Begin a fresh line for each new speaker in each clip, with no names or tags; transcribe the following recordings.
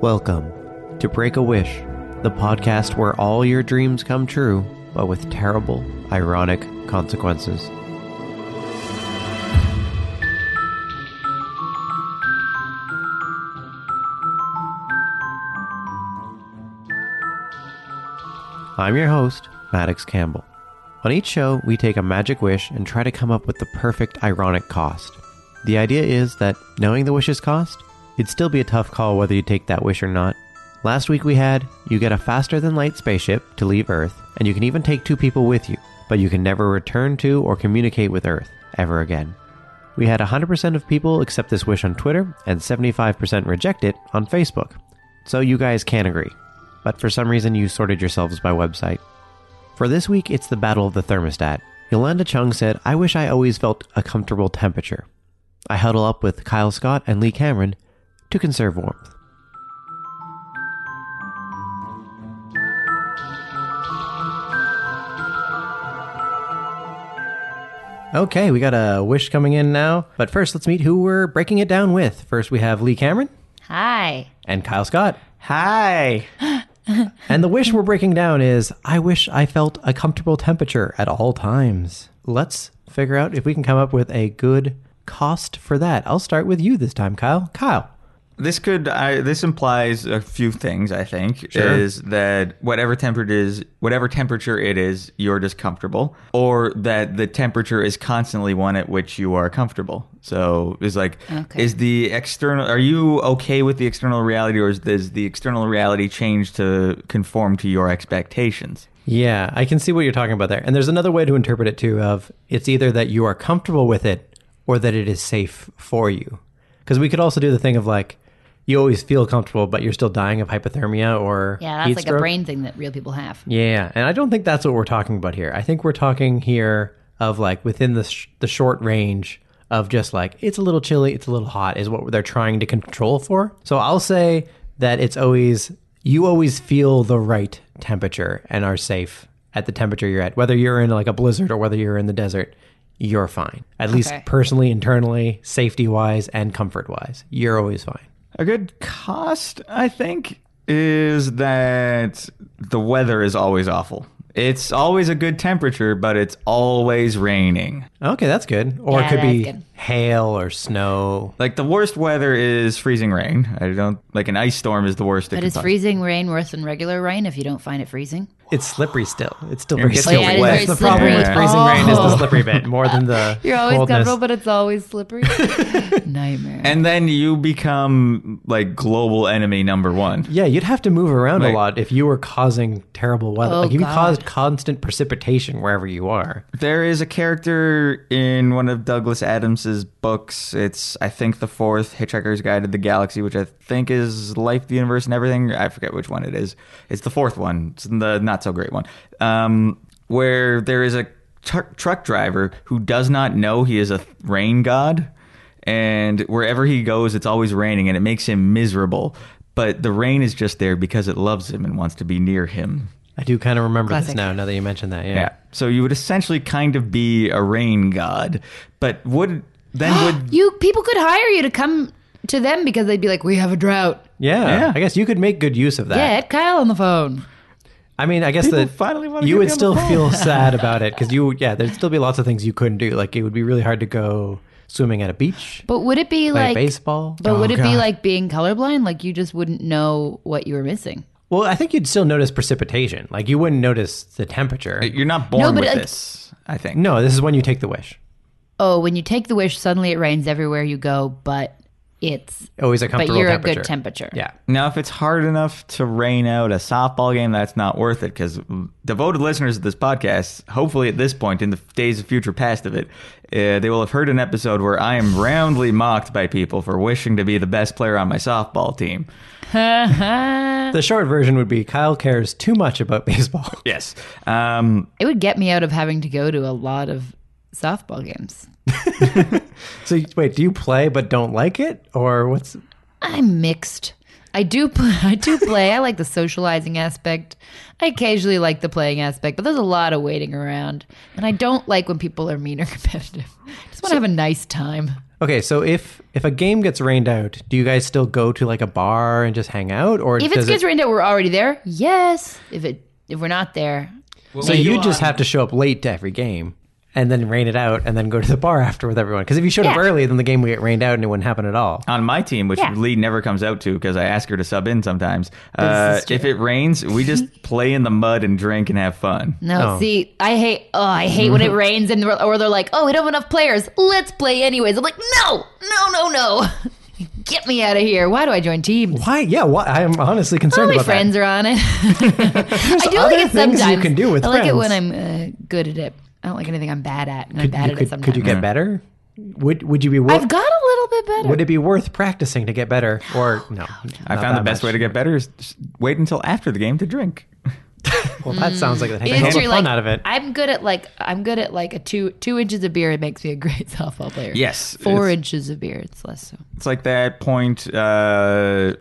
Welcome to Break a Wish, the podcast where all your dreams come true, but with terrible, ironic consequences. I'm your host, Maddox Campbell. On each show, we take a magic wish and try to come up with the perfect ironic cost. The idea is that, knowing the wish's cost, it'd still be a tough call whether you take that wish or not. Last week we had, you get a faster than light spaceship to leave Earth, and you can even take two people with you, but you can never return to or communicate with Earth ever again. We had 100% of people accept this wish on Twitter and 75% reject it on Facebook. So you guys can agree. But for some reason, you sorted yourselves by website. For this week, it's the Battle of the Thermostat. Yolanda Chung said, I wish I always felt a comfortable temperature. I huddle up with Kyle Scott and Lee Cameron to conserve warmth. Okay, we got a wish coming in now. But first, let's meet who we're breaking it down with. First, we have Lee Cameron
Hi.
and Kyle Scott.
Hi.
And the wish we're breaking down is I wish I felt a comfortable temperature at all times. Let's figure out if we can come up with a good cost for that. I'll start with you this time, Kyle. Kyle.
This could I, this implies a few things. I think
Sure.
is that whatever temperature it is, whatever temperature it is, you're just comfortable, or that the temperature is constantly one at which you are comfortable. So it's like,
Okay.
is the external? Are you okay with the external reality, or is, does the external reality change to conform to your expectations?
Yeah, I can see what you're talking about there. And there's another way to interpret it too of it's either that you are comfortable with it or that it is safe for you. Cuz we could also do the thing of like you always feel comfortable but you're still dying of hypothermia or
Yeah, that's
heat
like a
stroke.
brain thing that real people have.
Yeah, and I don't think that's what we're talking about here. I think we're talking here of like within the sh- the short range of just like it's a little chilly, it's a little hot is what they're trying to control for. So I'll say that it's always you always feel the right temperature and are safe at the temperature you're at, whether you're in like a blizzard or whether you're in the desert. You're fine, at least
Okay.
personally, internally, safety wise, and comfort wise. You're always fine.
A good cost, I think, is that the weather is always awful. It's always a good temperature, but it's always raining.
Okay, that's good. Or it
Yeah,
could
that's
be
good.
hail or snow.
Like the worst weather is freezing rain. I don't like an ice storm is the worst. it
But
can
is
possibly-
freezing rain worse than regular rain if you don't find it freezing?
It's slippery still. It's still very
gets
slippery.
Oh, yeah, it is very
That's the problem
slippery.
with freezing rain is
Oh.
the slippery bit more than the coldness.
but it's always slippery. Nightmare.
And then you become like global enemy number one.
yeah, you'd have to move around a
Like-
lot if you were causing terrible weather.
Oh,
like if you
God.
caused constant precipitation wherever you are.
There is a character in one of Douglas Adams's books. It's I think the fourth Hitchhiker's Guide to the Galaxy, which I think is Life, the Universe, and Everything. I forget which one it is. It's the fourth one. It's the not so great one. Um, where there is a truck truck driver who does not know he is a rain god, and wherever he goes, it's always raining, and it makes him miserable. But the rain is just there because it loves him and wants to be near him.
I do kind of remember this
Classic.
now. Now that you mentioned that, yeah.
Yeah. So you would essentially kind of be a rain god, but would then would
you people could hire you to come to them because they'd be like, "We have a drought."
Yeah,
Yeah.
I guess you could make good use of that.
Get Kyle on the phone.
I mean, I guess
People
that
finally wanna
you
get
would
me on
still
the phone.
feel sad about it because you, yeah, there'd still be lots of things you couldn't do. Like it would be really hard to go swimming at a beach,
But would it be
play
like
baseball.
But would it be
God.
like being colorblind? Like you just wouldn't know what you were missing.
Well, I think you'd still notice precipitation. Like you wouldn't notice the temperature.
you're not born
No, but
with
like-
this? I think
No, this is when you take the wish.
Oh, when you take the wish, suddenly it rains everywhere you go, but it's
Always a
but
comfortable
you're a
temperature.
good temperature.
Yeah.
Now, if it's hard enough to rain out a softball game, that's not worth it because devoted listeners of this podcast, hopefully at this point in the days of future past of it, uh, they will have heard an episode where I am roundly mocked by people for wishing to be the best player on my softball team.
The short version would be Kyle cares too much about baseball.
Yes. Um,
It would get me out of having to go to a lot of softball games.
So wait, do you play but don't like it, or what's?
I'm mixed. I do pl- I do play. I like the socializing aspect. I occasionally like the playing aspect, but there's a lot of waiting around, and I don't like when people are mean or competitive. I just want to have a nice time.
Okay, so if if a game gets rained out, do you guys still go to like a bar and just hang out, or
If it's
does
kids
it,
rained out, we're already there. Yes. If it if we're not there,
so you just have to show up late to every game and then rain it out and then go to the bar after with everyone? Because if you showed up
Yeah.
early, then the game would get rained out and it wouldn't happen at all.
on my team, which
Yeah.
Lee never comes out to because I ask her to sub in sometimes. Uh,
is true.
if it rains, we just play in the mud and drink and have fun.
No,
Oh.
see, I hate. Oh, I hate when it rains and or they're like, "Oh, we don't have enough players. Let's play anyways." I'm like, "No, no, no, no! Get me out of here! Why do I join teams?
Why? Yeah, why? I'm honestly concerned
All my
about
friends are on it. I do
other
like it
things you
sometimes.
can do with
I like it
friends.
when I'm uh, good at it. I don't like anything I'm bad at. And I'm
that. You
bad at it
could,
sometimes.
could you get better? Would Would you be? Wor-
I've got a little bit better.
would it be worth practicing to get better, or no?
I found the best way to get better is just wait until after the game to drink.
Well, that sounds like it takes
It
all
is
the
Mm. true,
fun
like,
out of it.
I'm good at like I'm good at like a two two inches of beer. It makes me a great softball player.
Yes,
four
it's-
inches of beer. It's less so.
It's like that point uh,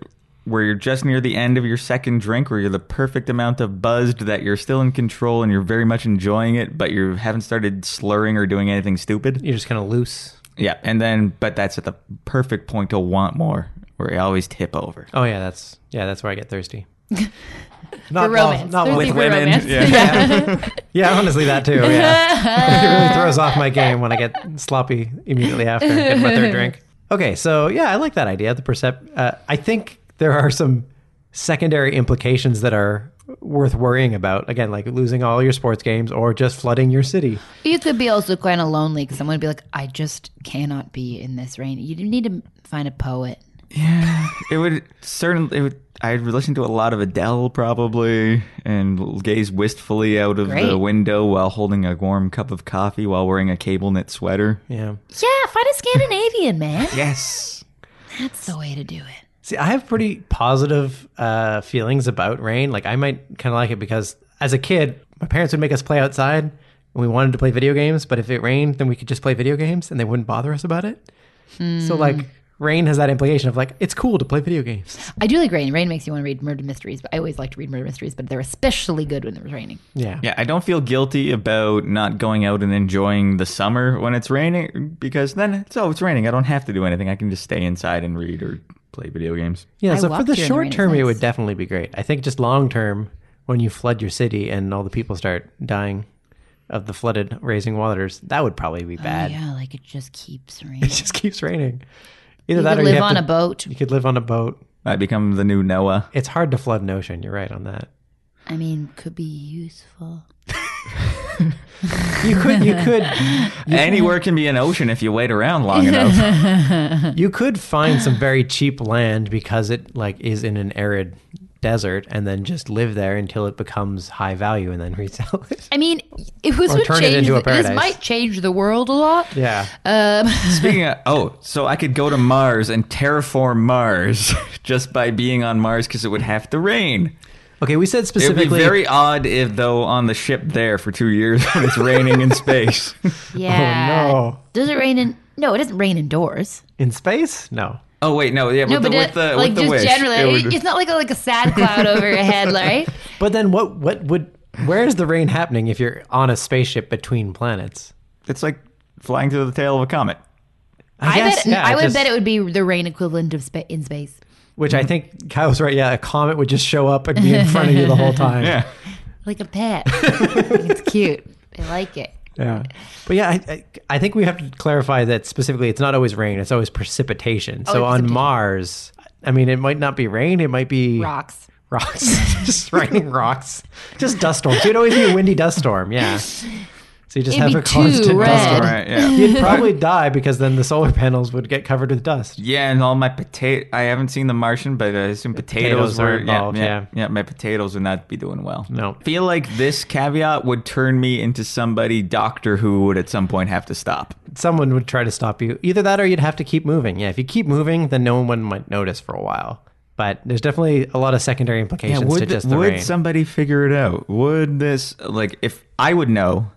where you're just near the end of your second drink, where you're the perfect amount of buzzed that you're still in control and you're very much enjoying it, but you haven't started slurring or doing anything stupid.
You're just kind of loose.
Yeah, and then but that's at the perfect point to want more, where you always tip over.
Oh yeah, that's yeah, that's where I get thirsty. not
For
while-
romance.
not
Thirsty
while-
for
women,
romance.
yeah.
yeah, honestly, that too. Yeah, it really throws off my game when I get sloppy immediately after get my third drink. Okay, so yeah, I like that idea. The percept. Uh, I think there are some secondary implications that are worth worrying about. Again, like losing all your sports games or just flooding your city.
You could be also kind of lonely because someone would be like, "I just cannot be in this rain." You need to find a poet.
It would certainly. It would, I'd listen to a lot of Adele probably, and gaze wistfully out of
Great.
the window while holding a warm cup of coffee while wearing a cable knit sweater.
Yeah.
Yeah, find a Scandinavian man.
Yes.
That's the way to do it.
See, I have pretty positive uh, feelings about rain. Like, I might kind of like it because as a kid, my parents would make us play outside and we wanted to play video games, but if it rained, then we could just play video games and they wouldn't bother us about it. So,
Hmm.
like, rain has that implication of like, it's cool to play video games.
I do like rain. Rain makes you want to read murder mysteries, but I always like to read murder mysteries. But they're especially good when it was raining.
Yeah.
Yeah, I don't feel guilty about not going out and enjoying the summer when it's raining because then it's oh it's raining. I don't have to do anything. I can just stay inside and read or play video games.
Yeah.
I
so, for
walked
the
here in the rain,
short
it's
term, it
nice.
would definitely be great. I think just long term, when you flood your city and all the people start dying of the flooded raising waters, that would probably be bad.
Oh, Yeah, like it just keeps
It
raining.
just keeps raining. Either
You
that
could
or you have
live on
to-
a boat.
You could live on a boat.
I become the new Noah.
It's hard to flood an ocean. You're right on that.
I mean, could be useful.
You could, you could,
Anywhere can be an ocean if you wait around long enough.
you could find some very cheap land because it like is in an arid desert, and then just live there until it becomes high value, and then resell it.
I mean, it was
Or
what
turn it
changed.
into a paradise. Oh,
this might change the world a lot.
Yeah,
Um,
Speaking of oh, so I could go to Mars and terraform Mars just by being on Mars because it would have to rain.
Okay, we said
It would be
specifically.
very odd if though on the ship there for two years when it's raining in space.
yeah.
no.
Does it rain in? No, it doesn't rain indoors.
in space. No,
Oh wait, no, yeah,
No,
with, the,
but
with the
uh,
with
like
the
just
wish, it
generally,
would-
it's not like a, like a sad cloud over your head, right?
but then what? What would? Where is the rain happening if you're on a spaceship between planets?
It's like flying through the tail of a comet.
I,
guess,
bet
yeah,
I would
just-
bet it would be the rain equivalent of spa- in space.
Which I think Kyle's right. Yeah, a comet would just show up and be in front of you the whole time.
Yeah.
Like a pet. it's cute. I like it.
Yeah. But yeah, I, I, I think we have to clarify that specifically it's not always rain, it's always precipitation. so on
precipitation.
Mars, I mean, it might not be rain, it might be
Rocks.
Rocks. just raining rocks. Just dust storms. You'd always be a windy dust storm. Yeah. So you just
It'd
have
be
a constant
too
dust
red.
storm.
All right, yeah.
You'd probably die because then the solar panels would get covered with dust.
Yeah, and all my potato. I haven't seen The Martian, but I assume potatoes,
potatoes are
were
involved,
Yeah,
yeah.
yeah, yeah, my potatoes would not be doing well.
No.
feel like this caveat would turn me into somebody Doctor Who would at some point have to stop.
Someone would try to stop you. Either that or you'd have to keep moving. Yeah, if you keep moving, then no one might notice for a while. But there's definitely a lot of secondary implications to
would
just the
would
rain.
somebody figure it out? Would this like if I would know?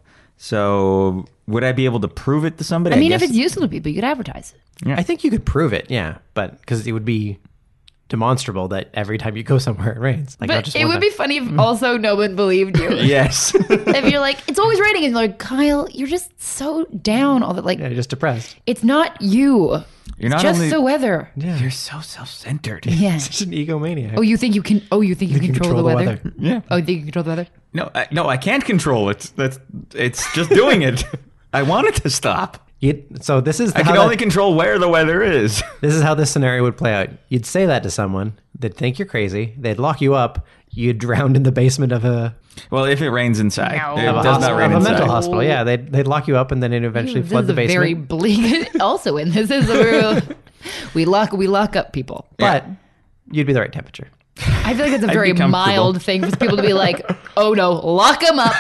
So would I be able to prove it to somebody?
I mean, if
guess-
it's useful to people, you could advertise it.
I think you could prove it, yeah, but because it would be demonstrable that every time you go somewhere it rains. Like not
But
just
it
one
would
time.
be funny if also no one believed you.
Yes.
Mm. if you're like, it's always raining, and you're like, Kyle, you're just so down all the like.
yeah, you're just depressed.
It's not you.
You're not
just
only
the weather.
Yeah,
you're so self-centered.
Yeah.
such an egomaniac.
Oh, you think you can? Oh, you think you,
You can
control, the weather?
Yeah.
Oh, you think you control the weather?
No, I, no, I can't control it. That's it's just doing it. I want it to stop.
You'd- so this is
I
how
can
that-
only control where the weather is.
This is how this scenario would play out. You'd say that to someone, they'd think you're crazy, they'd lock you up, you'd drown in the basement of a,
Well, if it rains inside,
No.
it
of a,
does
hospital,
not rain
of a
inside.
mental hospital. Yeah, they'd, they'd lock you up and then they'd eventually
this
flood
is
the
a very
basement.
bleak. also, in this is a real, we lock we lock up people.
but you'd be the right temperature.
I feel like that's a very
comfortable.
mild thing for people to be like, oh no, lock him up.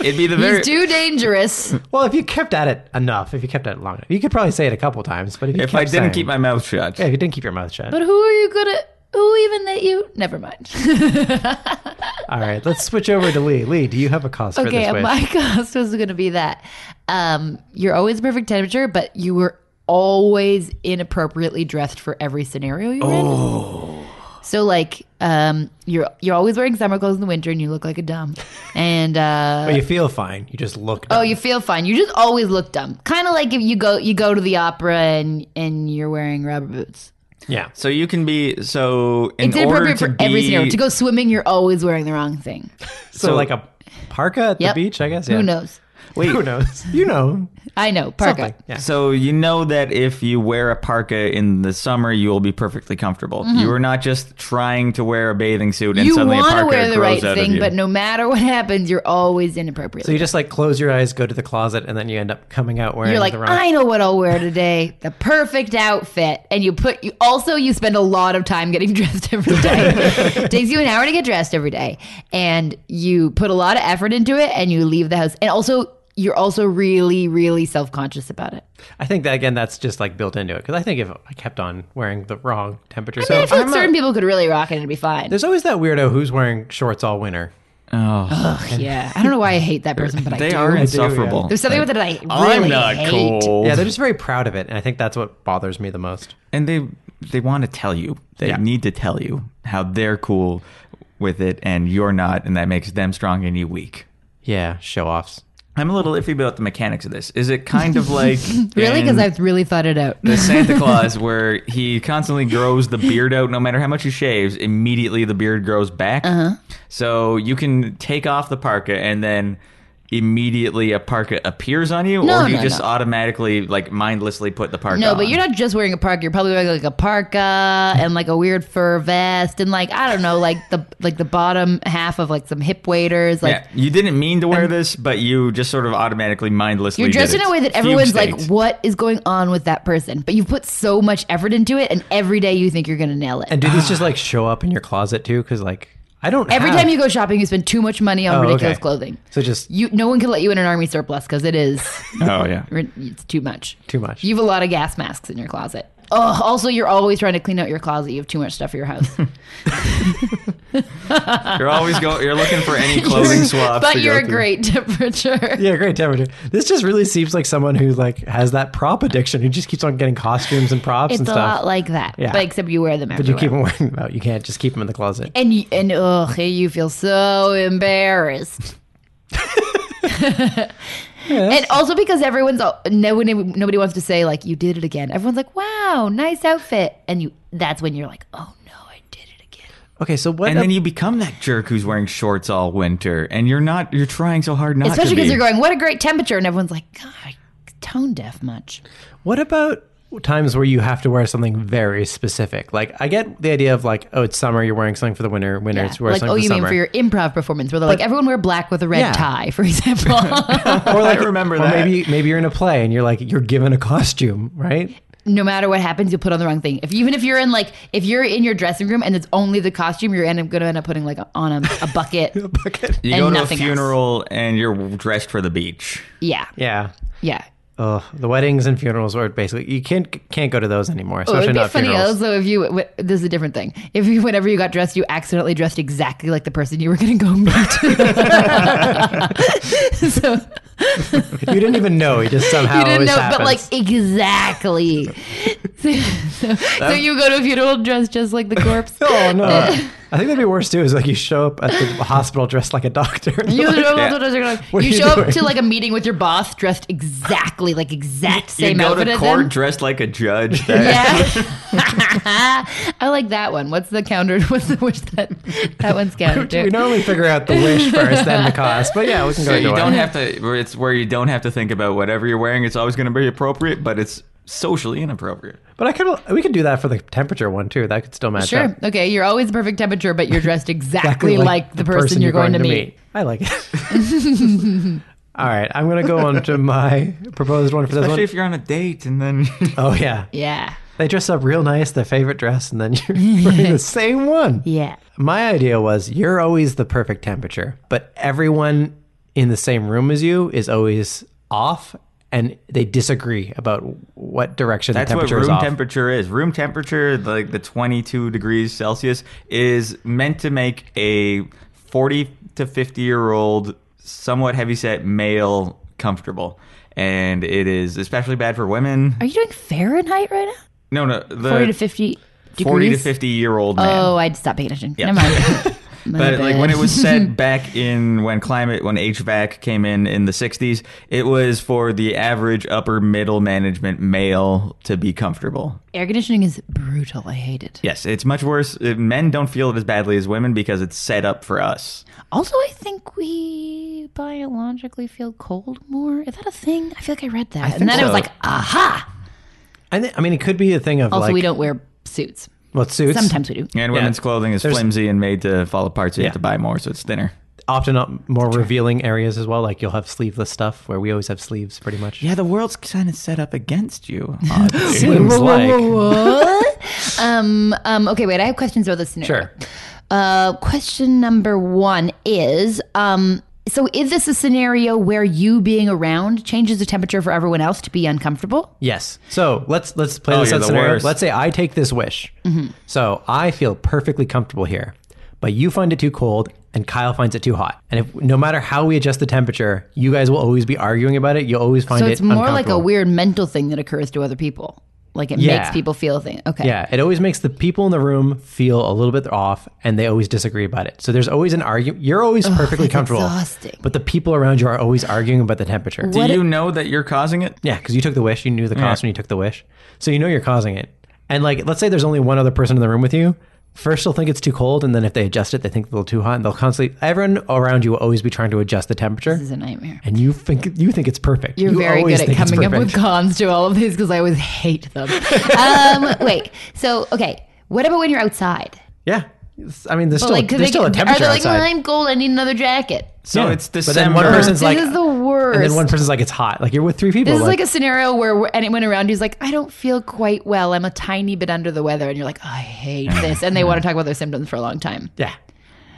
It'd be the very
He's too dangerous.
Well, if you kept at it enough, if you kept at it long enough, you could probably say it a couple times. But if you
if
kept
I didn't
saying-
keep my mouth shut.
yeah, if you didn't keep your mouth shut.
But who are you gonna? Who even let you? Never mind.
All right, let's switch over to Lee. Lee, do you have a cause for
okay, oh
this wish?
my cost was going to be that um, you're always perfect temperature, but you were always inappropriately dressed for every scenario you're
Oh.
in. So like um, you're you're always wearing summer clothes in the winter, and you look like a dumb. And uh,
But you feel fine. You just look.
Oh, you feel fine. You just always look dumb. Kind of like if you go you go to the opera and and you're wearing rubber boots.
yeah.
So you can be so in
It's
order
inappropriate
to
for
be,
every scenario. To go swimming, you're always wearing the wrong thing.
So, like a parka at
Yep.
the beach, I guess. Yeah.
Who knows?
Wait.
Who knows? You know.
I know, Parka.
Something. Yeah.
So you know that if you wear a parka in the summer, you will be perfectly comfortable. You are not just trying to wear a bathing suit and
Mm-hmm. You
suddenly a
want to
parka
wear the
grows
right
out of
thing,
you.
but no matter what happens, you're always inappropriate.
So you just like close your eyes, go to the closet, and then you end up coming out wearing
you're like,
the wrong.
I know what I'll wear today. The perfect outfit. And you put you also you spend a lot of time getting dressed every day. it takes you an hour to get dressed every day. And you put a lot of effort into it and you leave the house. And also you're also really, really self conscious about it.
I think that again, that's just like built into it because I think if I kept on wearing the wrong temperature,
I mean, I feel like
I'm
certain
not-
people could really rock it and it'd be fine.
there's always that weirdo who's wearing shorts all winter.
Yeah. I don't know why I hate that person, but Oh, I
Oh, they
do.
are
do, yeah.
insufferable.
There's something with it that I really
I'm not
hate.
cold.
Yeah, they're just very proud of it, and I think that's what bothers me the most.
and they they want to tell you. They
Yeah.
need to tell you how they're cool with it and you're not, and that makes them strong and you weak.
Yeah, show offs.
I'm a little iffy about the mechanics of this. Is it kind of like
Really? Because
in
I've really thought it out.
the Santa Claus where he constantly grows the beard out no matter how much he shaves, immediately the beard grows back.
Uh-huh.
So you can take off the parka and then immediately a parka appears on you
No,
or do you
no,
just
no.
automatically like mindlessly put the parka
No,
on?
but you're not just wearing a parka. You're probably wearing like a parka and like a weird fur vest and like I don't know, like the like the bottom half of like some hip waders. Like
yeah, you didn't mean to wear this, but you just sort of automatically mindlessly.
you're dressed
did
in
it.
a way that
Fugue
everyone's like,
state.
"What is going on with that person?" But you've put so much effort into it, and every day you think you're gonna nail it.
And do these just like show up in your closet too? Because like I don't.
Ah. every
have-
time you go shopping, you spend too much money on
Oh,
ridiculous
okay.
clothing.
so just
You, no one can let you in an army surplus because it is,
Oh yeah.
it's too much.
too much.
You have a lot of gas masks in your closet. Oh, also, you're always trying to clean out your closet. You have too much stuff for your house.
You're always go. You're looking for any clothing swaps. to
but
go
you're a
through.
great temperature.
yeah, great temperature. This just really seems like someone who like has that prop addiction who just keeps on getting costumes and props
It's
and
a
stuff.
lot like that,
Yeah.
but except you wear them
but you
everywhere.
keep them wearing them out. You can't just keep them in the closet.
and you, and ugh, you feel so embarrassed. And also because everyone's all- no one- nobody wants to say like you did it again. Everyone's like, "Wow, nice outfit," and you that's when you're like, "Oh no, I did it again."
Okay, so what?
And
ab-
then you become that jerk who's wearing shorts all winter, and you're not. You're trying so hard not
Especially
to be.
because you're going, "What a great temperature," and everyone's like, "God, tone deaf much."
What about times where you have to wear something very specific? Like, I get the idea of like, oh, it's summer, you're wearing something for the winter. Winter, it's wearing
Like,
something
oh,
for
you
summer.
mean for your improv performance where they're like, "Everyone wear black with a red
Yeah.
tie," for example.
or like,
I remember
or
that.
Maybe maybe you're in a play and you're like you're given a costume, right?
no matter what happens, you'll put on the wrong thing. If even if you're in like if you're in your dressing room and it's only the costume, you're end up gonna end up putting like on a, a bucket.
Bucket.
You
and
go to a
nothing else.
funeral and you're dressed for the beach.
yeah,
Yeah.
yeah.
Ugh, the weddings and funerals were basically you can't can't go to those anymore,
Oh,
especially
it'd be
not
funny
funerals.
also if you. W- this is a different thing. If you, whenever you got dressed, you accidentally dressed exactly like the person you were going to go meet. so
you didn't even know. You just somehow
you didn't
always
know,
happens.
but like exactly. so, so- so you go to a funeral dressed just like the corpse.
Oh no! I think that'd be worse too. Is like you show up at the hospital dressed like a doctor.
You,
Like, What are
you
you
show up
doing?
to like a meeting with your boss dressed exactly like exact Eh, same
you go
outfit
to
as
court
him.
dressed like a judge. That,
yeah, I like that one. What's the counter? What's the wish that that one's countered?
we normally figure out the wish first, then the cost. But yeah, we can go.
So
either
you
way.
don't have to. where It's where you don't have to think about whatever you're wearing. It's always going to be appropriate, but it's socially inappropriate.
But I could. We could do that for the temperature one too. That could still match
Sure.
up.
Okay. You're always the perfect temperature, but you're dressed exactly, like, the, person, you're going, to meet.
I like it. All right, I'm gonna go on to my proposed one for this
Especially
one.
if you're on a date and then
Oh yeah,
Yeah.
they dress up real nice, their favorite dress, and then you're wearing the same one.
Yeah.
My idea was you're always the perfect temperature, but everyone in the same room as you is always off and they disagree about what direction
that's
the
what
temperature
room
is off.
temperature is. Room temperature, like the 22 degrees Celsius, is meant to make a 40 to 50 year old, somewhat heavyset male comfortable. And it is especially bad for women.
Are you doing Fahrenheit right now?
No, no, the
40 to 50 degrees.
40 Uh, to 50 year old man.
Oh, I'd stop paying attention. Never mind. My
But like
bad.
when it was said back in when climate when HVAC came in in the 60s, it was for the average upper middle management male to be comfortable.
air conditioning is brutal. I hate it.
Yes, it's much worse. Uh, Men don't feel it as badly as women because it's set up for us.
Also, I think we biologically feel cold more. Is that a thing? I feel like I read that, and then I was
so.
like, aha.
I, thi- I mean, it could be a thing of
Also,
like
we don't wear suits.
what suits.
Sometimes we do.
And women's clothing is
There's-
flimsy and made to fall apart, so you
Yeah.
have to buy more, so it's thinner.
often up more revealing areas as well. Like you'll have sleeveless stuff where we always have sleeves, pretty much.
Yeah, the world's kind of set up against you. oddly.
Seems like
What? um, um, okay, wait. I have questions about this scenario.
sure.
Uh, question number one is um, so is this a scenario where you being around changes the temperature for everyone else to be uncomfortable?
Yes. So let's let's play
Oh,
this
you're
out
the
scenario.
worst.
Let's say I take this wish.
Mm-hmm.
So I feel perfectly comfortable here, but you find it too cold, and Kyle finds it too hot. And if no matter how we adjust the temperature, you guys will always be arguing about it. You'll always find
So
it.
it's more like a
uncomfortable.
weird mental thing that occurs to other people. Like it
Yeah.
makes people feel a thing. Okay.
Yeah, it always makes the people in the room feel a little bit off, and they always disagree about it. So there's always an argument. You're always perfectly
that's
comfortable,
exhausting.
but the people around you are always arguing about the temperature.
Do
What-
you know that you're causing it?
Yeah, because you took the wish, you knew the cost when you took the wish, so you know you're causing it. And like, let's say there's only one other person in the room with you. First, they'll think it's too cold, and then if they adjust it, they think it's a little too hot, and they'll constantly. Everyone around you will always be trying to adjust the temperature,
This is a nightmare.
and you think you think it's perfect.
You're
You
very
always
good at
think it's
coming up with
perfect.
cons to all of these because I always hate them. um, wait. So, okay. What about when you're outside?
Yeah, It's- I mean, there's still
like, 'cause
there's
they
still a
get-
temperature
are they like,
outside.
I'm cold. I need another jacket.
So
Yeah.
it's
But
December.
then one person's
This
like,
is the
and then
worst.
one person's like, it's hot. Like you're with three people.
This is
like,
like a scenario where anyone around you's like, I don't feel quite well. I'm a tiny bit under the weather. And you're like, I hate this. And they want to talk about their symptoms for a long time.
yeah,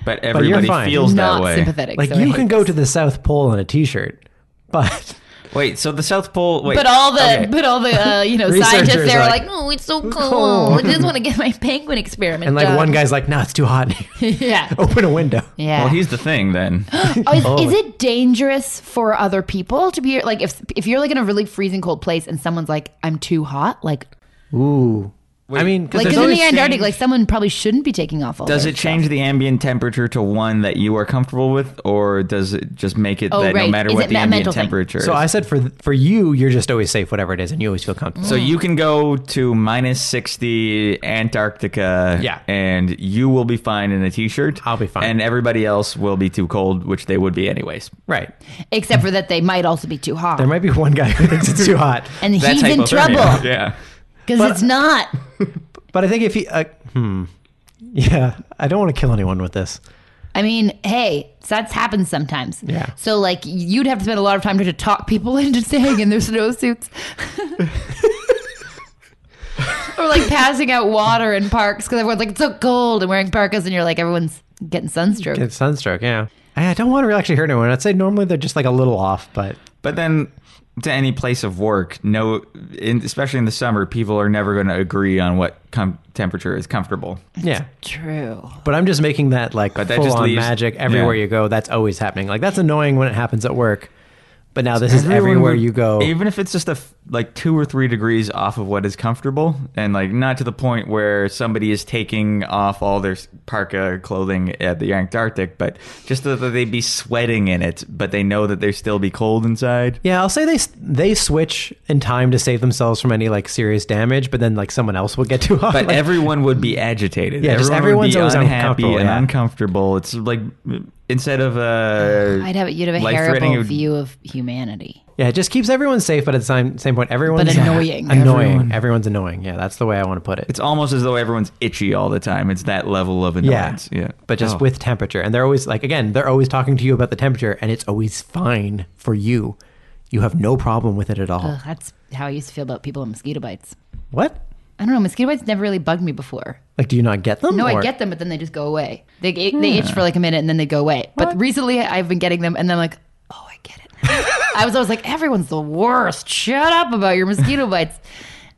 but
you're
everybody
fine.
feels that
Not
way.
sympathetic.
like
so I
you
hate
can
this.
go to the South Pole in a t-shirt, but
Wait, so the South Pole. Wait,
But all the
okay.
but all the uh, you know
Researchers
scientists there
are
are
like,
like, oh, it's so cold.
cold."
I just want to get my penguin experiment.
and like
done."
one Oh, guy's like, no, it's too hot.
yeah,
Open a window.
yeah.
Well, he's the thing then.
Oh, is, is it dangerous for other people to be like if if you're like in a really freezing cold place and someone's like I'm too hot like
Ooh. I mean,
like
there's
because in
always-
the Antarctic
change-
like someone probably shouldn't be taking off all
Does
their
it
stuff.
change the ambient temperature to one that you are comfortable with, or does it just make it
Oh,
that no
right.
matter
Is
what
it
the
that mental
ambient
thing?
temperature
So
is?
I said for for you, you're just always safe, whatever it is, and you always feel comfortable.
so you can go to minus 60 Antarctica
Yeah.
and you will be fine in a t shirt.
I'll be fine.
And everybody else will be too cold, which they would be anyways.
right.
except for that they might also be too hot
There might be one guy who thinks it's too hot,
and he's in
hypothermia.
trouble
Yeah.
because it's not
but I think if he, uh, hmm, yeah, I don't want to kill anyone with this.
I mean, hey, that's happens sometimes.
Yeah.
So like you'd have to spend a lot of time to talk people into staying in their snowsuits. or like passing out water in parks because everyone's like it's so cold and wearing parkas and you're like everyone's getting sunstroke.
It's sunstroke, yeah. I I don't want to actually hurt anyone. I'd say normally they're just like a little off, but
But then to any place of work, no, in, especially in the summer, people are never going to agree on what com- temperature is comfortable.
Yeah.
True.
But I'm just making that like
But that
full
just
on
leaves-
magic everywhere
yeah.
you go. That's always happening. Like that's annoying when it happens at work. But now this is
Everyone
everywhere
would-
you go.
even if it's just a f- like two or three degrees off of what is comfortable, and like not to the point where somebody is taking off all their s- parka clothing at the Antarctic, but just that they'd be sweating in it, but they know that they still be cold inside.
Yeah, I'll say they they switch in time to save themselves from any like serious damage, but then like someone else will get too hot.
But
Like,
everyone would be agitated.
Yeah, just
everyone would be
everyone's always
unhappy
uncomfortable,
and
yeah.
uncomfortable. It's like instead of uh,
Oh, I'd have you'd have a
life-threatening, it
horrible
would-
view of humanity.
yeah, it just keeps everyone safe, but at the same same point, everyone's
annoying.
annoying.
Everyone.
Everyone's annoying. Yeah, that's the way I want to put it.
It's almost as though everyone's itchy all the time. It's that level of annoyance. Yeah,
but just
Oh.
with temperature, and they're always like again, they're always talking to you about the temperature, and it's always fine for you. You have no problem with it at all.
Ugh, that's how I used to feel about people in mosquito bites.
What?
I don't know. Mosquito bites never really bugged me before.
Like, do you not get them?
No, I
or-
get them, but then they just go away. They they itch for like a minute and then they go away. But recently, I've been getting them, and then I'm like, oh, I get it. now." I was always like, everyone's the worst. Shut up about your mosquito bites.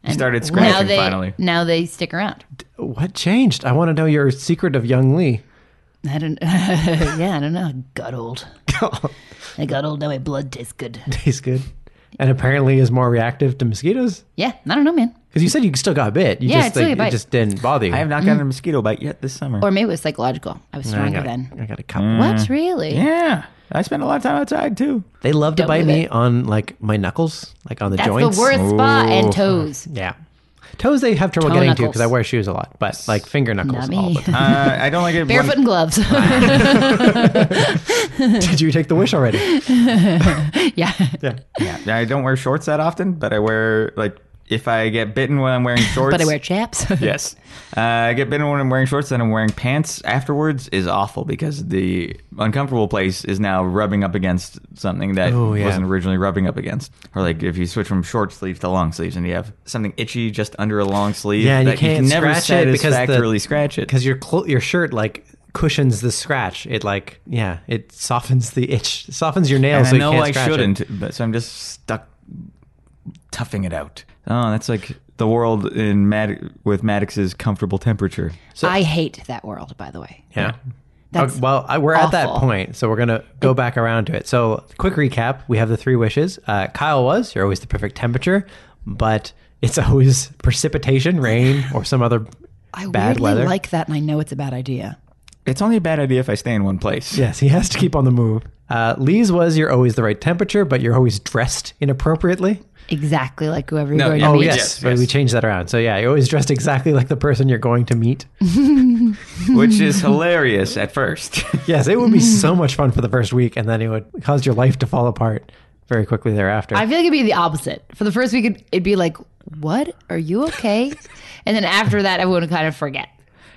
And
started
now
scratching
they-
finally.
Now they stick around.
What changed? I want to know your secret of young Lee.
I don't. yeah, I don't know. I got old. I got old. Now my blood tastes good.
Tastes good, and apparently is more reactive to mosquitoes.
Yeah, I don't know, man.
Because you said you still got bit. You
Yeah, I
just,
still
like,
got
it
bit.
just didn't bother you.
I have not gotten a mosquito bite yet this summer.
Or maybe it was psychological. I was
I got,
stronger
Hmm.
then.
I got a couple.
What really?
yeah, I spend a lot of time outside too.
They love to
Don't
bite
move
me
it.
on like my knuckles, like on the
That's
joints.
the worst spot.
Ooh.
And toes.
Yeah. Toes they have trouble
Toe
getting to
knuckles.
because I wear shoes a lot, but like finger knuckles
Not
all
me.
the time.
Uh, I don't like it.
Barefoot
when-
and gloves.
Did you take the wish already?
yeah.
Yeah.
yeah, I don't wear shorts that often, but I wear like if I get bitten when I'm wearing shorts.
But I wear chaps.
Yes, uh, I get bitten when I'm wearing shorts, then I'm wearing pants afterwards. Is awful because the uncomfortable place is now rubbing up against something that
Oh, yeah.
wasn't originally rubbing up against. Or like if you switch from short sleeves to long sleeves, and you have something itchy just under a long sleeve.
Yeah, and you
that
can't
can never
scratch it because the-
satisfactorily scratch it.
Because your clo- your shirt like cushions the scratch. It like yeah, it softens the itch, it softens your nail.
and
so
I know
you can't
I
scratch it.
shouldn't, but so I'm just stuck toughing it out. Oh, that's like the world in Mad- with Maddox's comfortable temperature.
I hate that world, by the way.
Yeah.
That's
Okay, Uh, well, I, we're at that
awful.
point, so we're gonna go back around to it. So, quick recap: we have the three wishes. Uh, Kyle was you're always the perfect temperature, but it's always precipitation, rain, or some other
I
bad
weirdly
weather.
like that, and I know it's a bad idea.
It's only a bad idea if I stay in one place.
yes, he has to keep on the move. Uh, Lee's was you're always the right temperature, but you're always dressed inappropriately.
Exactly like whoever you're
No,
going
yeah.
to
Oh
meet.
yes,
Yes,
but
yes.
we changed that around. So yeah, you're always dressed exactly like the person you're going to meet.
Which is hilarious at first.
yes, it would be so much fun for the first week, and then it would cause your life to fall apart very quickly thereafter.
I feel like it'd be the opposite. For the first week, it'd, it'd be like, "What? Are you okay?" and then after that, everyone would kind of forget.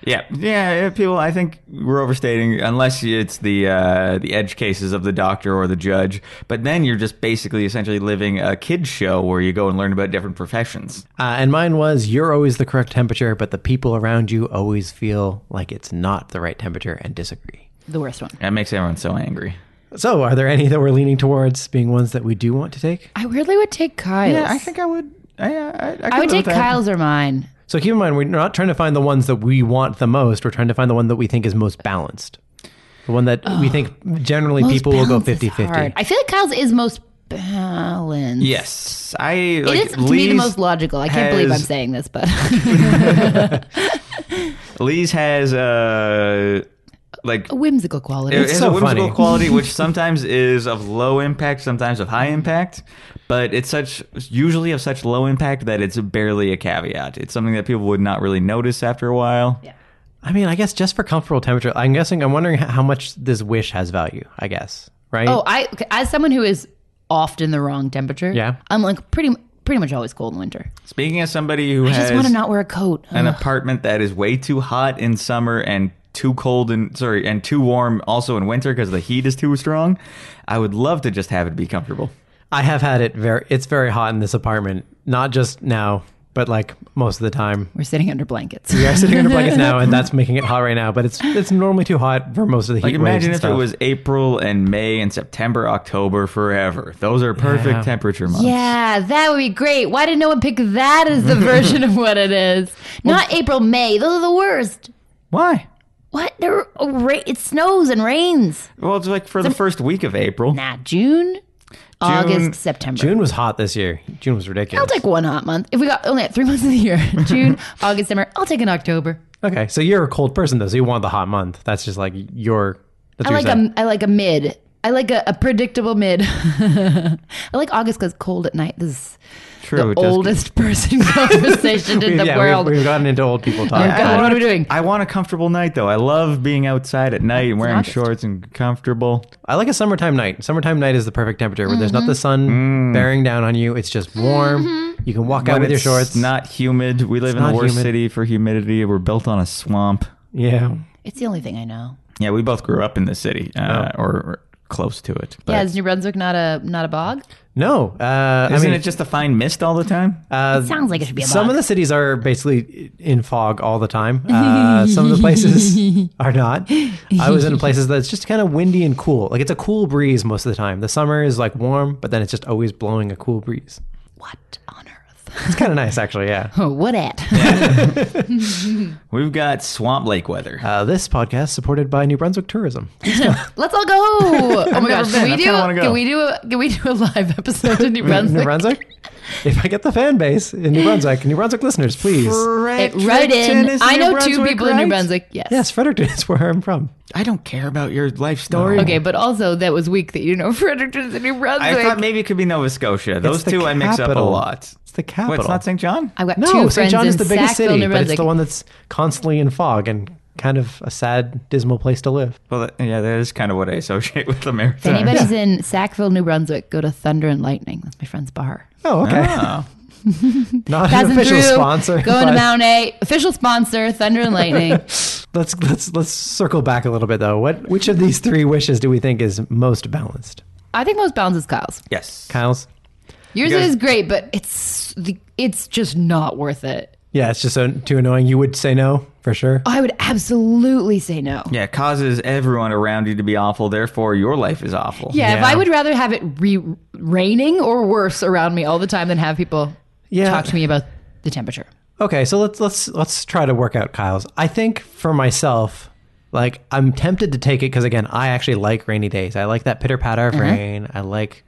yeah, yeah. yeah, People, I think we're overstating unless it's the uh, the edge cases of the doctor or the judge. But then you're just basically essentially living a kids show where you go and learn about different professions.
Uh, and mine was you're always the correct temperature, but the people around you always feel like it's not the right temperature and disagree.
The worst one.
That makes everyone so angry.
So, are there any that we're leaning towards being ones that we do want to take?
I weirdly would take Kyle's.
Yeah, I think I would. I, I, I,
I would take Kyle's or mine.
So, keep in mind, we're not trying to find the ones that we want the most. We're trying to find the one that we think is most balanced. The one that we think generally
Most
people will go
balance is
50
hard.
50.
I feel like Kyle's is most balanced.
Yes, I. Like,
it is to me the
Lee's-
most logical. I can't believe I'm
has-
saying this, but
Lee's has uh, like
a whimsical quality.
it has
so
a whimsical
funny.
quality, which sometimes is of low impact, sometimes of high impact, but it's such usually of such low impact that it's barely a caveat. It's something that people would not really notice after a while.
Yeah.
I mean, I guess just for comfortable temperature, I'm guessing, I'm wondering how much this wish has value, I guess, right?
Oh, I okay, as someone who is often the wrong temperature.
Yeah.
I'm like pretty pretty much always cold in winter.
Speaking as somebody who
I
has
just want to not wear a coat.
an
Ugh.
apartment that is way too hot in summer and too cold and sorry and too warm also in winter because the heat is too strong, I would love to just have it be comfortable.
I have had it very, it's very hot in this apartment, not just now, but like most of the time.
We're sitting under blankets.
We are sitting under blankets now, and that's making it hot right now. But it's it's normally too hot for most of the heat.
Like imagine if
waves and
it
stuff.
was April and May and September, October forever. Those are perfect
Yeah.
temperature months.
Yeah, that would be great. Why did no one pick that as the version of what it is? Not April, May. Those are the worst.
Why?
What? They're, oh, ra- it snows and rains.
Well, it's like for the first week of April.
Nah, June, August, September.
June was hot this year. June was ridiculous.
I'll take one hot month. If we got only had three months of the year, June, August, summer, I'll take an October.
okay, so you're a cold person though, so you want the hot month. That's just like your. That's
I
what
like
you're saying.
a I like a mid. I like a, a predictable mid. I like August because cold at night. This is
True. it
the
does-
oldest person conversation in the
yeah,
world.
We've, we've gotten into old people talk.
Yeah. God, what are we doing?
I want a comfortable night though. I love being outside at night and wearing
August.
shorts and comfortable.
I like a summertime night. Summertime night is the perfect temperature where there's not
Mm-hmm.
the sun bearing down on you. It's just warm. You can walk out
When
with your
Mm. it's
shorts.
Not humid. We live in
not
the worst
humid.
city for humidity. We're built on a swamp.
yeah.
it's the only thing I know.
Yeah, we both grew up in the city uh,
Oh.
or, or close to it. But
Yeah, is New Brunswick not a not a bog?
No. Uh, I
isn't
mean,
it just a fine mist all the time?
uh,
Sounds like it should be a bog.
some of the cities are basically in fog all the time. Uh, some of the places are not. I was in places that's just kind of windy and cool. Like it's a cool breeze most of the time. The summer is like warm, but then it's just always blowing a cool breeze.
what on earth?
It's kind of nice, actually. Yeah.
Oh, what at?
We've got swamp lake weather.
Uh, this podcast supported by New Brunswick Tourism.
Let's all go. Oh my gosh,
gosh,
can
man,
we
I
do?
kinda wanna go.
Can we do a can we do a live episode in New
New
Brunswick?
Brunswick. If I get the fan base in New Brunswick, New Brunswick listeners, please.
It-
Frederick,
right in.
Tennessee,
I
New
know two
Brunswick,
people in New
right?
Brunswick. Yes.
Yes, Fredericton is where I'm from.
I don't care about your life story.
Okay, but also that was weak that you know Fredericton's in New
I
Brunswick.
thought maybe it could be Nova Scotia. Those
the
two I mix up a
capital.
lot.
It's the
Wait,
capital.
it's not St. John?
I've got two
no, St.
friends
John
in
is the biggest
Sackville,
city,
New
but it's
Brunswick.
the one that's constantly in fog and kind of a sad, dismal place to live.
Well, that, yeah, that is kind of what I associate with the
if
Maritime.
anybody's in Sackville, New Brunswick, go to Thunder and Lightning. That's my friend's bar.
Oh, okay.
Oh.
Not an
Passing
official
through,
sponsor.
Ah. going to
but
Mount A. Official sponsor, Thunder and Lightning.
Let's let's let's circle back a little bit though. What which of these three wishes do we think is most balanced?
I think most bounds is Kyle's.
Yes.
Kyle's.
Yours
Because-
is great, but it's the, it's just not worth it.
Yeah, it's just so, too annoying. You would say no for sure.
I would absolutely say no.
Yeah, it causes everyone around you to be awful. Therefore, your life is awful.
Yeah, if
Yeah.
I would rather have it re- raining or worse around me all the time than have people
Yeah.
talk to me about the temperature.
Okay, so let's let's let's try to work out Kyle's. I think for myself, like I'm tempted to take it because again, I actually like rainy days. I like that pitter patter of
Mm-hmm.
rain. I like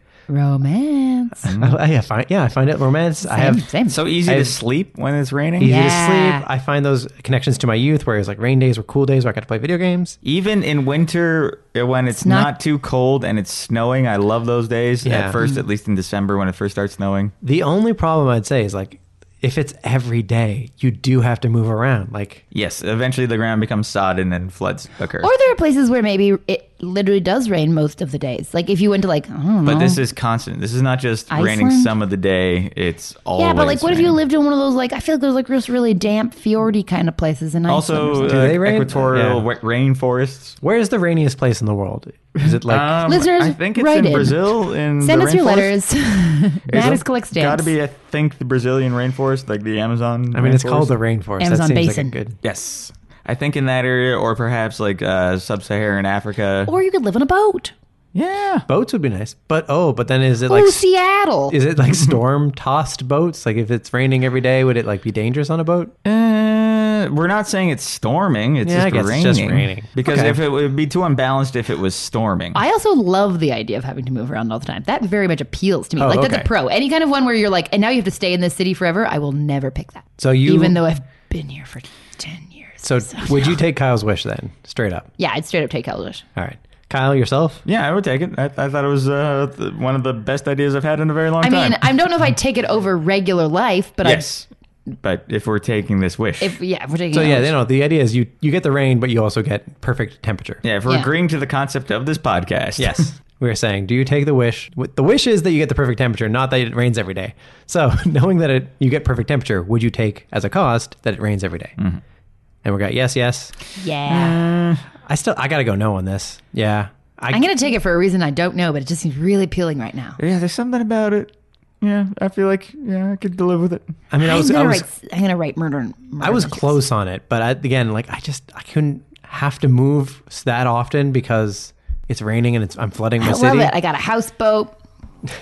Romance.
I, yeah, find, yeah, I find it romance. I have
Mm. same.
So easy
I've-
to sleep when it's raining.
easy to
Yeah.
sleep. I find those connections to my youth where it was like rain days were cool days where I got to play video games.
Even in winter, uh, when it's,
not-
not, too cold and it's snowing, I love those days.
Yeah.
At first, at least in December when it first starts snowing.
The only problem I'd say is like if it's every day, you do have to move around. Like
Yes, eventually the ground becomes sodden and floods occur.
Or there are places where maybe it literally does rain most of the days. Like if you went to like I don't know.
but this is constant. This is not just raining
Iceland?
some of the day. It's always.
yeah, but like, what if you
raining.
lived in one of those like I feel like there's like just really damp, fjordy kind of places in Iceland. or
Also,
something.
Do
uh,
they rain?
equatorial
Yeah.
wet rainforests.
where is the rainiest place in the world? Is it like
Um,
Listeners,
I think it's
write
in,
in.
Brazil. In
send
the
us your
rainforest.
letters. Mattis collects
Got
stamps.
to be, I think, the Brazilian rainforest, like the Amazon.
I mean, it's called
rainforest.
the rainforest.
Amazon
that seems
basin.
Like a good.
Yes, I think in that area, or perhaps like uh, sub-Saharan Africa.
or you could live on a boat.
yeah,
Boats would be nice, but oh, but then is it
Ooh,
like
Seattle.
is it like storm tossed boats? Like if it's raining every day, would it like be dangerous on a boat?
uh, we're not saying it's storming. It's
Yeah, I
just
guess it's
raining.
just raining.
Because
Okay.
if it would be too unbalanced if it was storming.
I also love the idea of having to move around all the time. That very much appeals to me.
Oh,
like that's
okay.
a pro. Any kind of one where you're like, and now you have to stay in this city forever. I will never pick that.
So you-
even though I've been here for ten years.
So would you take Kyle's wish then, straight up?
yeah, I'd straight up take Elvish.
All right, Kyle yourself.
yeah, I would take it. I, I thought it was uh, th- one of the best ideas I've had in a very long
I
time.
mean, I don't know if I take it over regular life, but
yes, but if we're taking this wish,
I, if yeah, if we're taking
So yeah,
Elvish.
you know the idea is you you get the rain, but you also get perfect temperature.
yeah, if we're
Yeah.
agreeing to the concept of this podcast,
Yes. we were saying, do you take the wish? With- The wish is that you get the perfect temperature, not that it rains every day. So knowing that it you get perfect temperature, would you take as a cost that it rains every day? And we got yes, yes.
yeah.
I still I gotta go no on this. Yeah. I,
I'm gonna take it for a reason I don't know, but it just seems really appealing right now.
yeah, there's something about it. yeah, I feel like yeah, I could live with it.
I mean, I was,
I'm,
I
gonna
was,
write, I'm gonna write murder. and murder
I was
mysteries.
close on it, but I, again, like I just, I couldn't have to move s- that often because it's raining and it's I'm flooding my
I
city.
love it. I got a houseboat.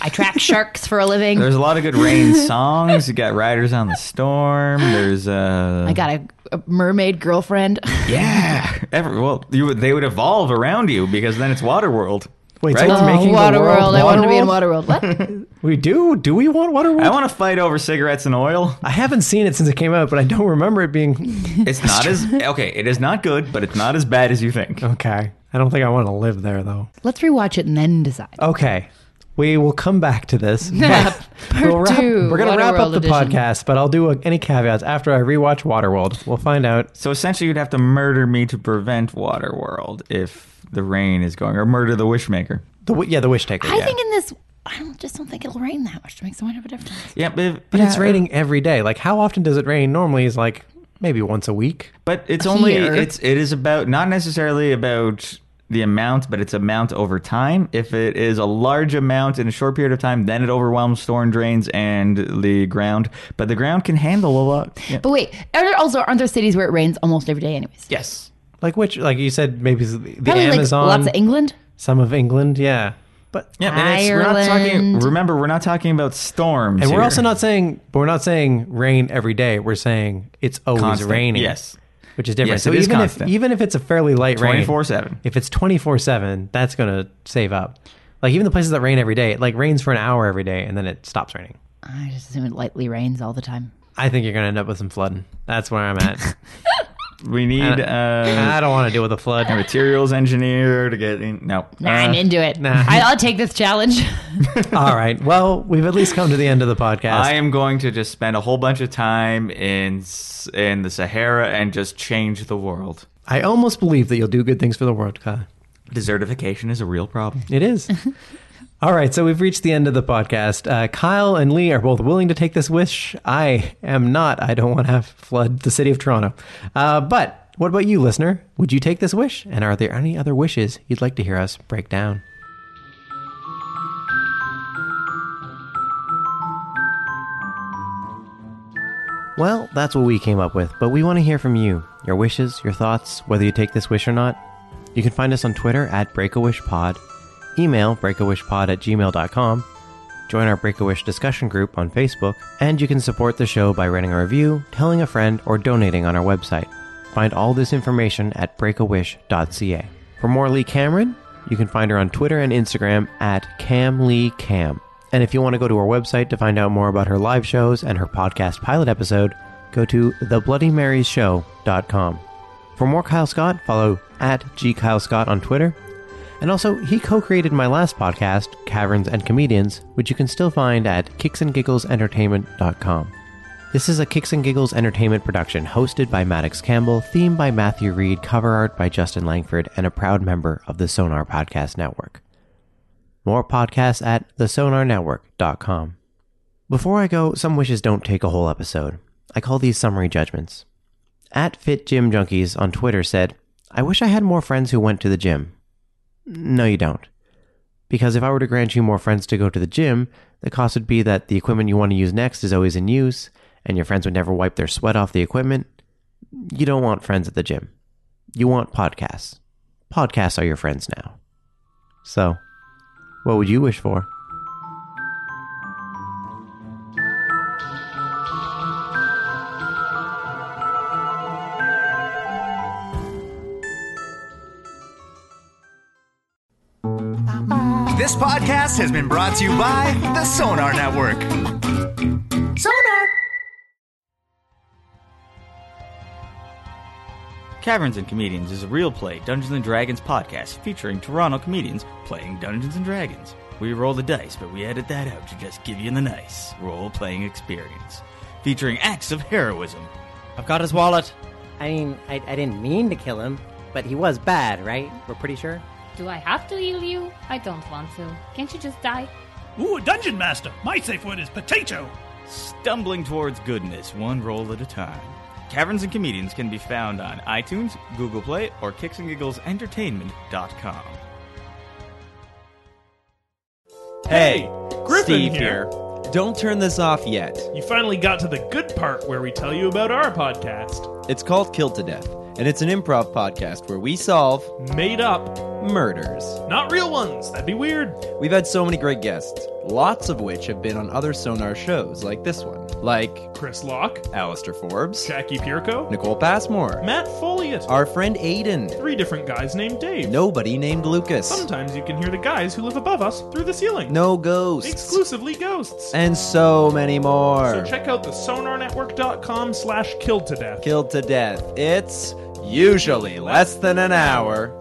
I track sharks for a living.
There's a lot of good rain songs. You got Riders on the Storm. There's uh
I got a, a mermaid girlfriend.
Yeah. Every, well, you would, they would evolve around you because then it's Waterworld.
Wait,
right?
someone's
Oh,
making the world
Waterworld. I want to be in
Waterworld?
Waterworld. What?
We do? Do we want Waterworld?
I want to fight over cigarettes and oil.
I haven't seen it since it came out, but I don't remember it being
It's not as okay. It is not good, but it's not as bad as you think.
okay. I don't think I want to live there though.
Let's rewatch it and then
Oh,
decide.
Okay, we will come back to this. but
Part
we'll wrap,
two,
we're gonna wrap up
Waterworld
the
edition.
podcast, but I'll do uh, any caveats after I rewatch Waterworld. We'll find out.
So essentially, you'd have to murder me to prevent Waterworld if the rain is going, or murder the Wishmaker.
The wi- yeah, the Wish Taker.
I
yeah.
think in this, I don't, just don't think it'll rain that much to make so much of a difference.
Yeah, but,
but it's raining every day. Like, how often does it rain? Normally, is like maybe once a week.
But it's only
Here.
it's it is about not necessarily about the amount, but it's amount over time. If it is a large amount in a short period of time, then it overwhelms storm drains and the ground. But the ground can handle a lot. Yeah.
But wait, are there also aren't there cities where it rains almost every day, anyways?
Yes. Like which? Like you said, maybe the the
Probably
Amazon,
like lots of England.
some of England. Yeah, but
Yeah, and it's, we're not talking.
Ireland.
Remember, we're not talking about storms.
And we're
here.
also not saying, but we're not saying rain every day. We're saying it's always
Constant,
raining.
yes.
which is different.
Yes,
so
it is
even if
constant.
even if it's a fairly light rain,
24/7.
If it's twenty four seven, that's gonna save up. Like even the places that rain every day, it like rains for an hour every day, and then it stops raining.
I just assume it lightly rains all the time.
I think you're gonna end up with some flooding. That's where I'm at.
We need
I
uh,
don't want to deal with a
a
flood.
materials engineer to get in. No,
Nah, I'm
Uh,
into it.
nah.
I, I'll take this challenge.
All right. Well, we've at least come to the end of the podcast.
I am going to just spend a whole bunch of time in s- in the Sahara and just change the world.
I almost believe that you'll do good things for the world, Kyle.
Desertification is a real problem.
It is. All right, so we've reached the end of the podcast. Uh, Kyle and Lee are both willing to take this wish. I am not. I don't want to have flood the city of Toronto. Uh, but what about you, listener? Would you take this wish? And are there any other wishes you'd like to hear us break down? Well, that's what we came up with, but we want to hear from you. Your wishes, your thoughts, whether you take this wish or not. You can find us on Twitter at BreakAWishPod, email breakawishpod at gmail.com, join our Break-A-Wish discussion group on Facebook, and you can support the show by writing a review, telling a friend, or donating on our website. Find all this information at breakawish.ca. For more Lee Cameron, you can find her on Twitter and Instagram at CamLeeCam. And if you want to go to our website to find out more about her live shows and her podcast pilot episode, go to thebloodymariesshow.com. For more Kyle Scott, follow at GKyleScott on Twitter. And also, he co created my last podcast, Caverns and Comedians, which you can still find at kicksandgigglesentertainment.com. This is a Kicks and Giggles Entertainment production hosted by Maddox Campbell, theme by Matthew Reed, cover art by Justin Langford, and a proud member of the Sonar Podcast Network. More podcasts at thesonarnetwork.com. Before I go, some wishes don't take a whole episode. I call these summary judgments. At Fit Gym Junkies on Twitter said, I wish I had more friends who went to the gym. No, you don't. Because if I were to grant you more friends to go to the gym, the cost would be that the equipment you want to use next is always in use, and your friends would never wipe their sweat off the equipment. You don't want friends at the gym. You want podcasts. Podcasts are your friends now. So, what would you wish for?
This podcast has been brought to you by the Sonar Network. Sonar!
Caverns and Comedians is a real play Dungeons and Dragons podcast featuring Toronto comedians playing Dungeons and Dragons. We roll the dice, but we edit that out to just give you the nice role playing experience. Featuring acts of heroism.
I've got his wallet.
I mean, I, I didn't mean to kill him, but he was bad, right? We're pretty sure.
Do I have to heal you? I don't want to. Can't you just die?
Ooh, a dungeon master. My safe word is potato.
Stumbling towards goodness, one roll at a time. Caverns and Comedians can be found on iTunes, Google Play, or kicksandgigglesentertainment.com. Hey,
Griffin
Steve
here.
here. Don't turn this off yet.
You finally got to the good part where we tell you about our podcast.
It's called Killed to Death, and it's an improv podcast where we solve
made up
murders.
Not real ones, that'd be weird.
We've had so many great guests, lots of which have been on other Sonar shows like this one, like
Chris Locke,
Alistair Forbes,
Jackie Pierco,
Nicole Passmore,
Matt Folliot,
our friend Aiden,
three different guys named Dave,
nobody named Lucas.
Sometimes you can hear the guys who live above us through the ceiling.
No ghosts.
Exclusively ghosts.
And so many more.
So check out the sonarnetwork.com slash killed to death.
Killed to death. It's usually less than an hour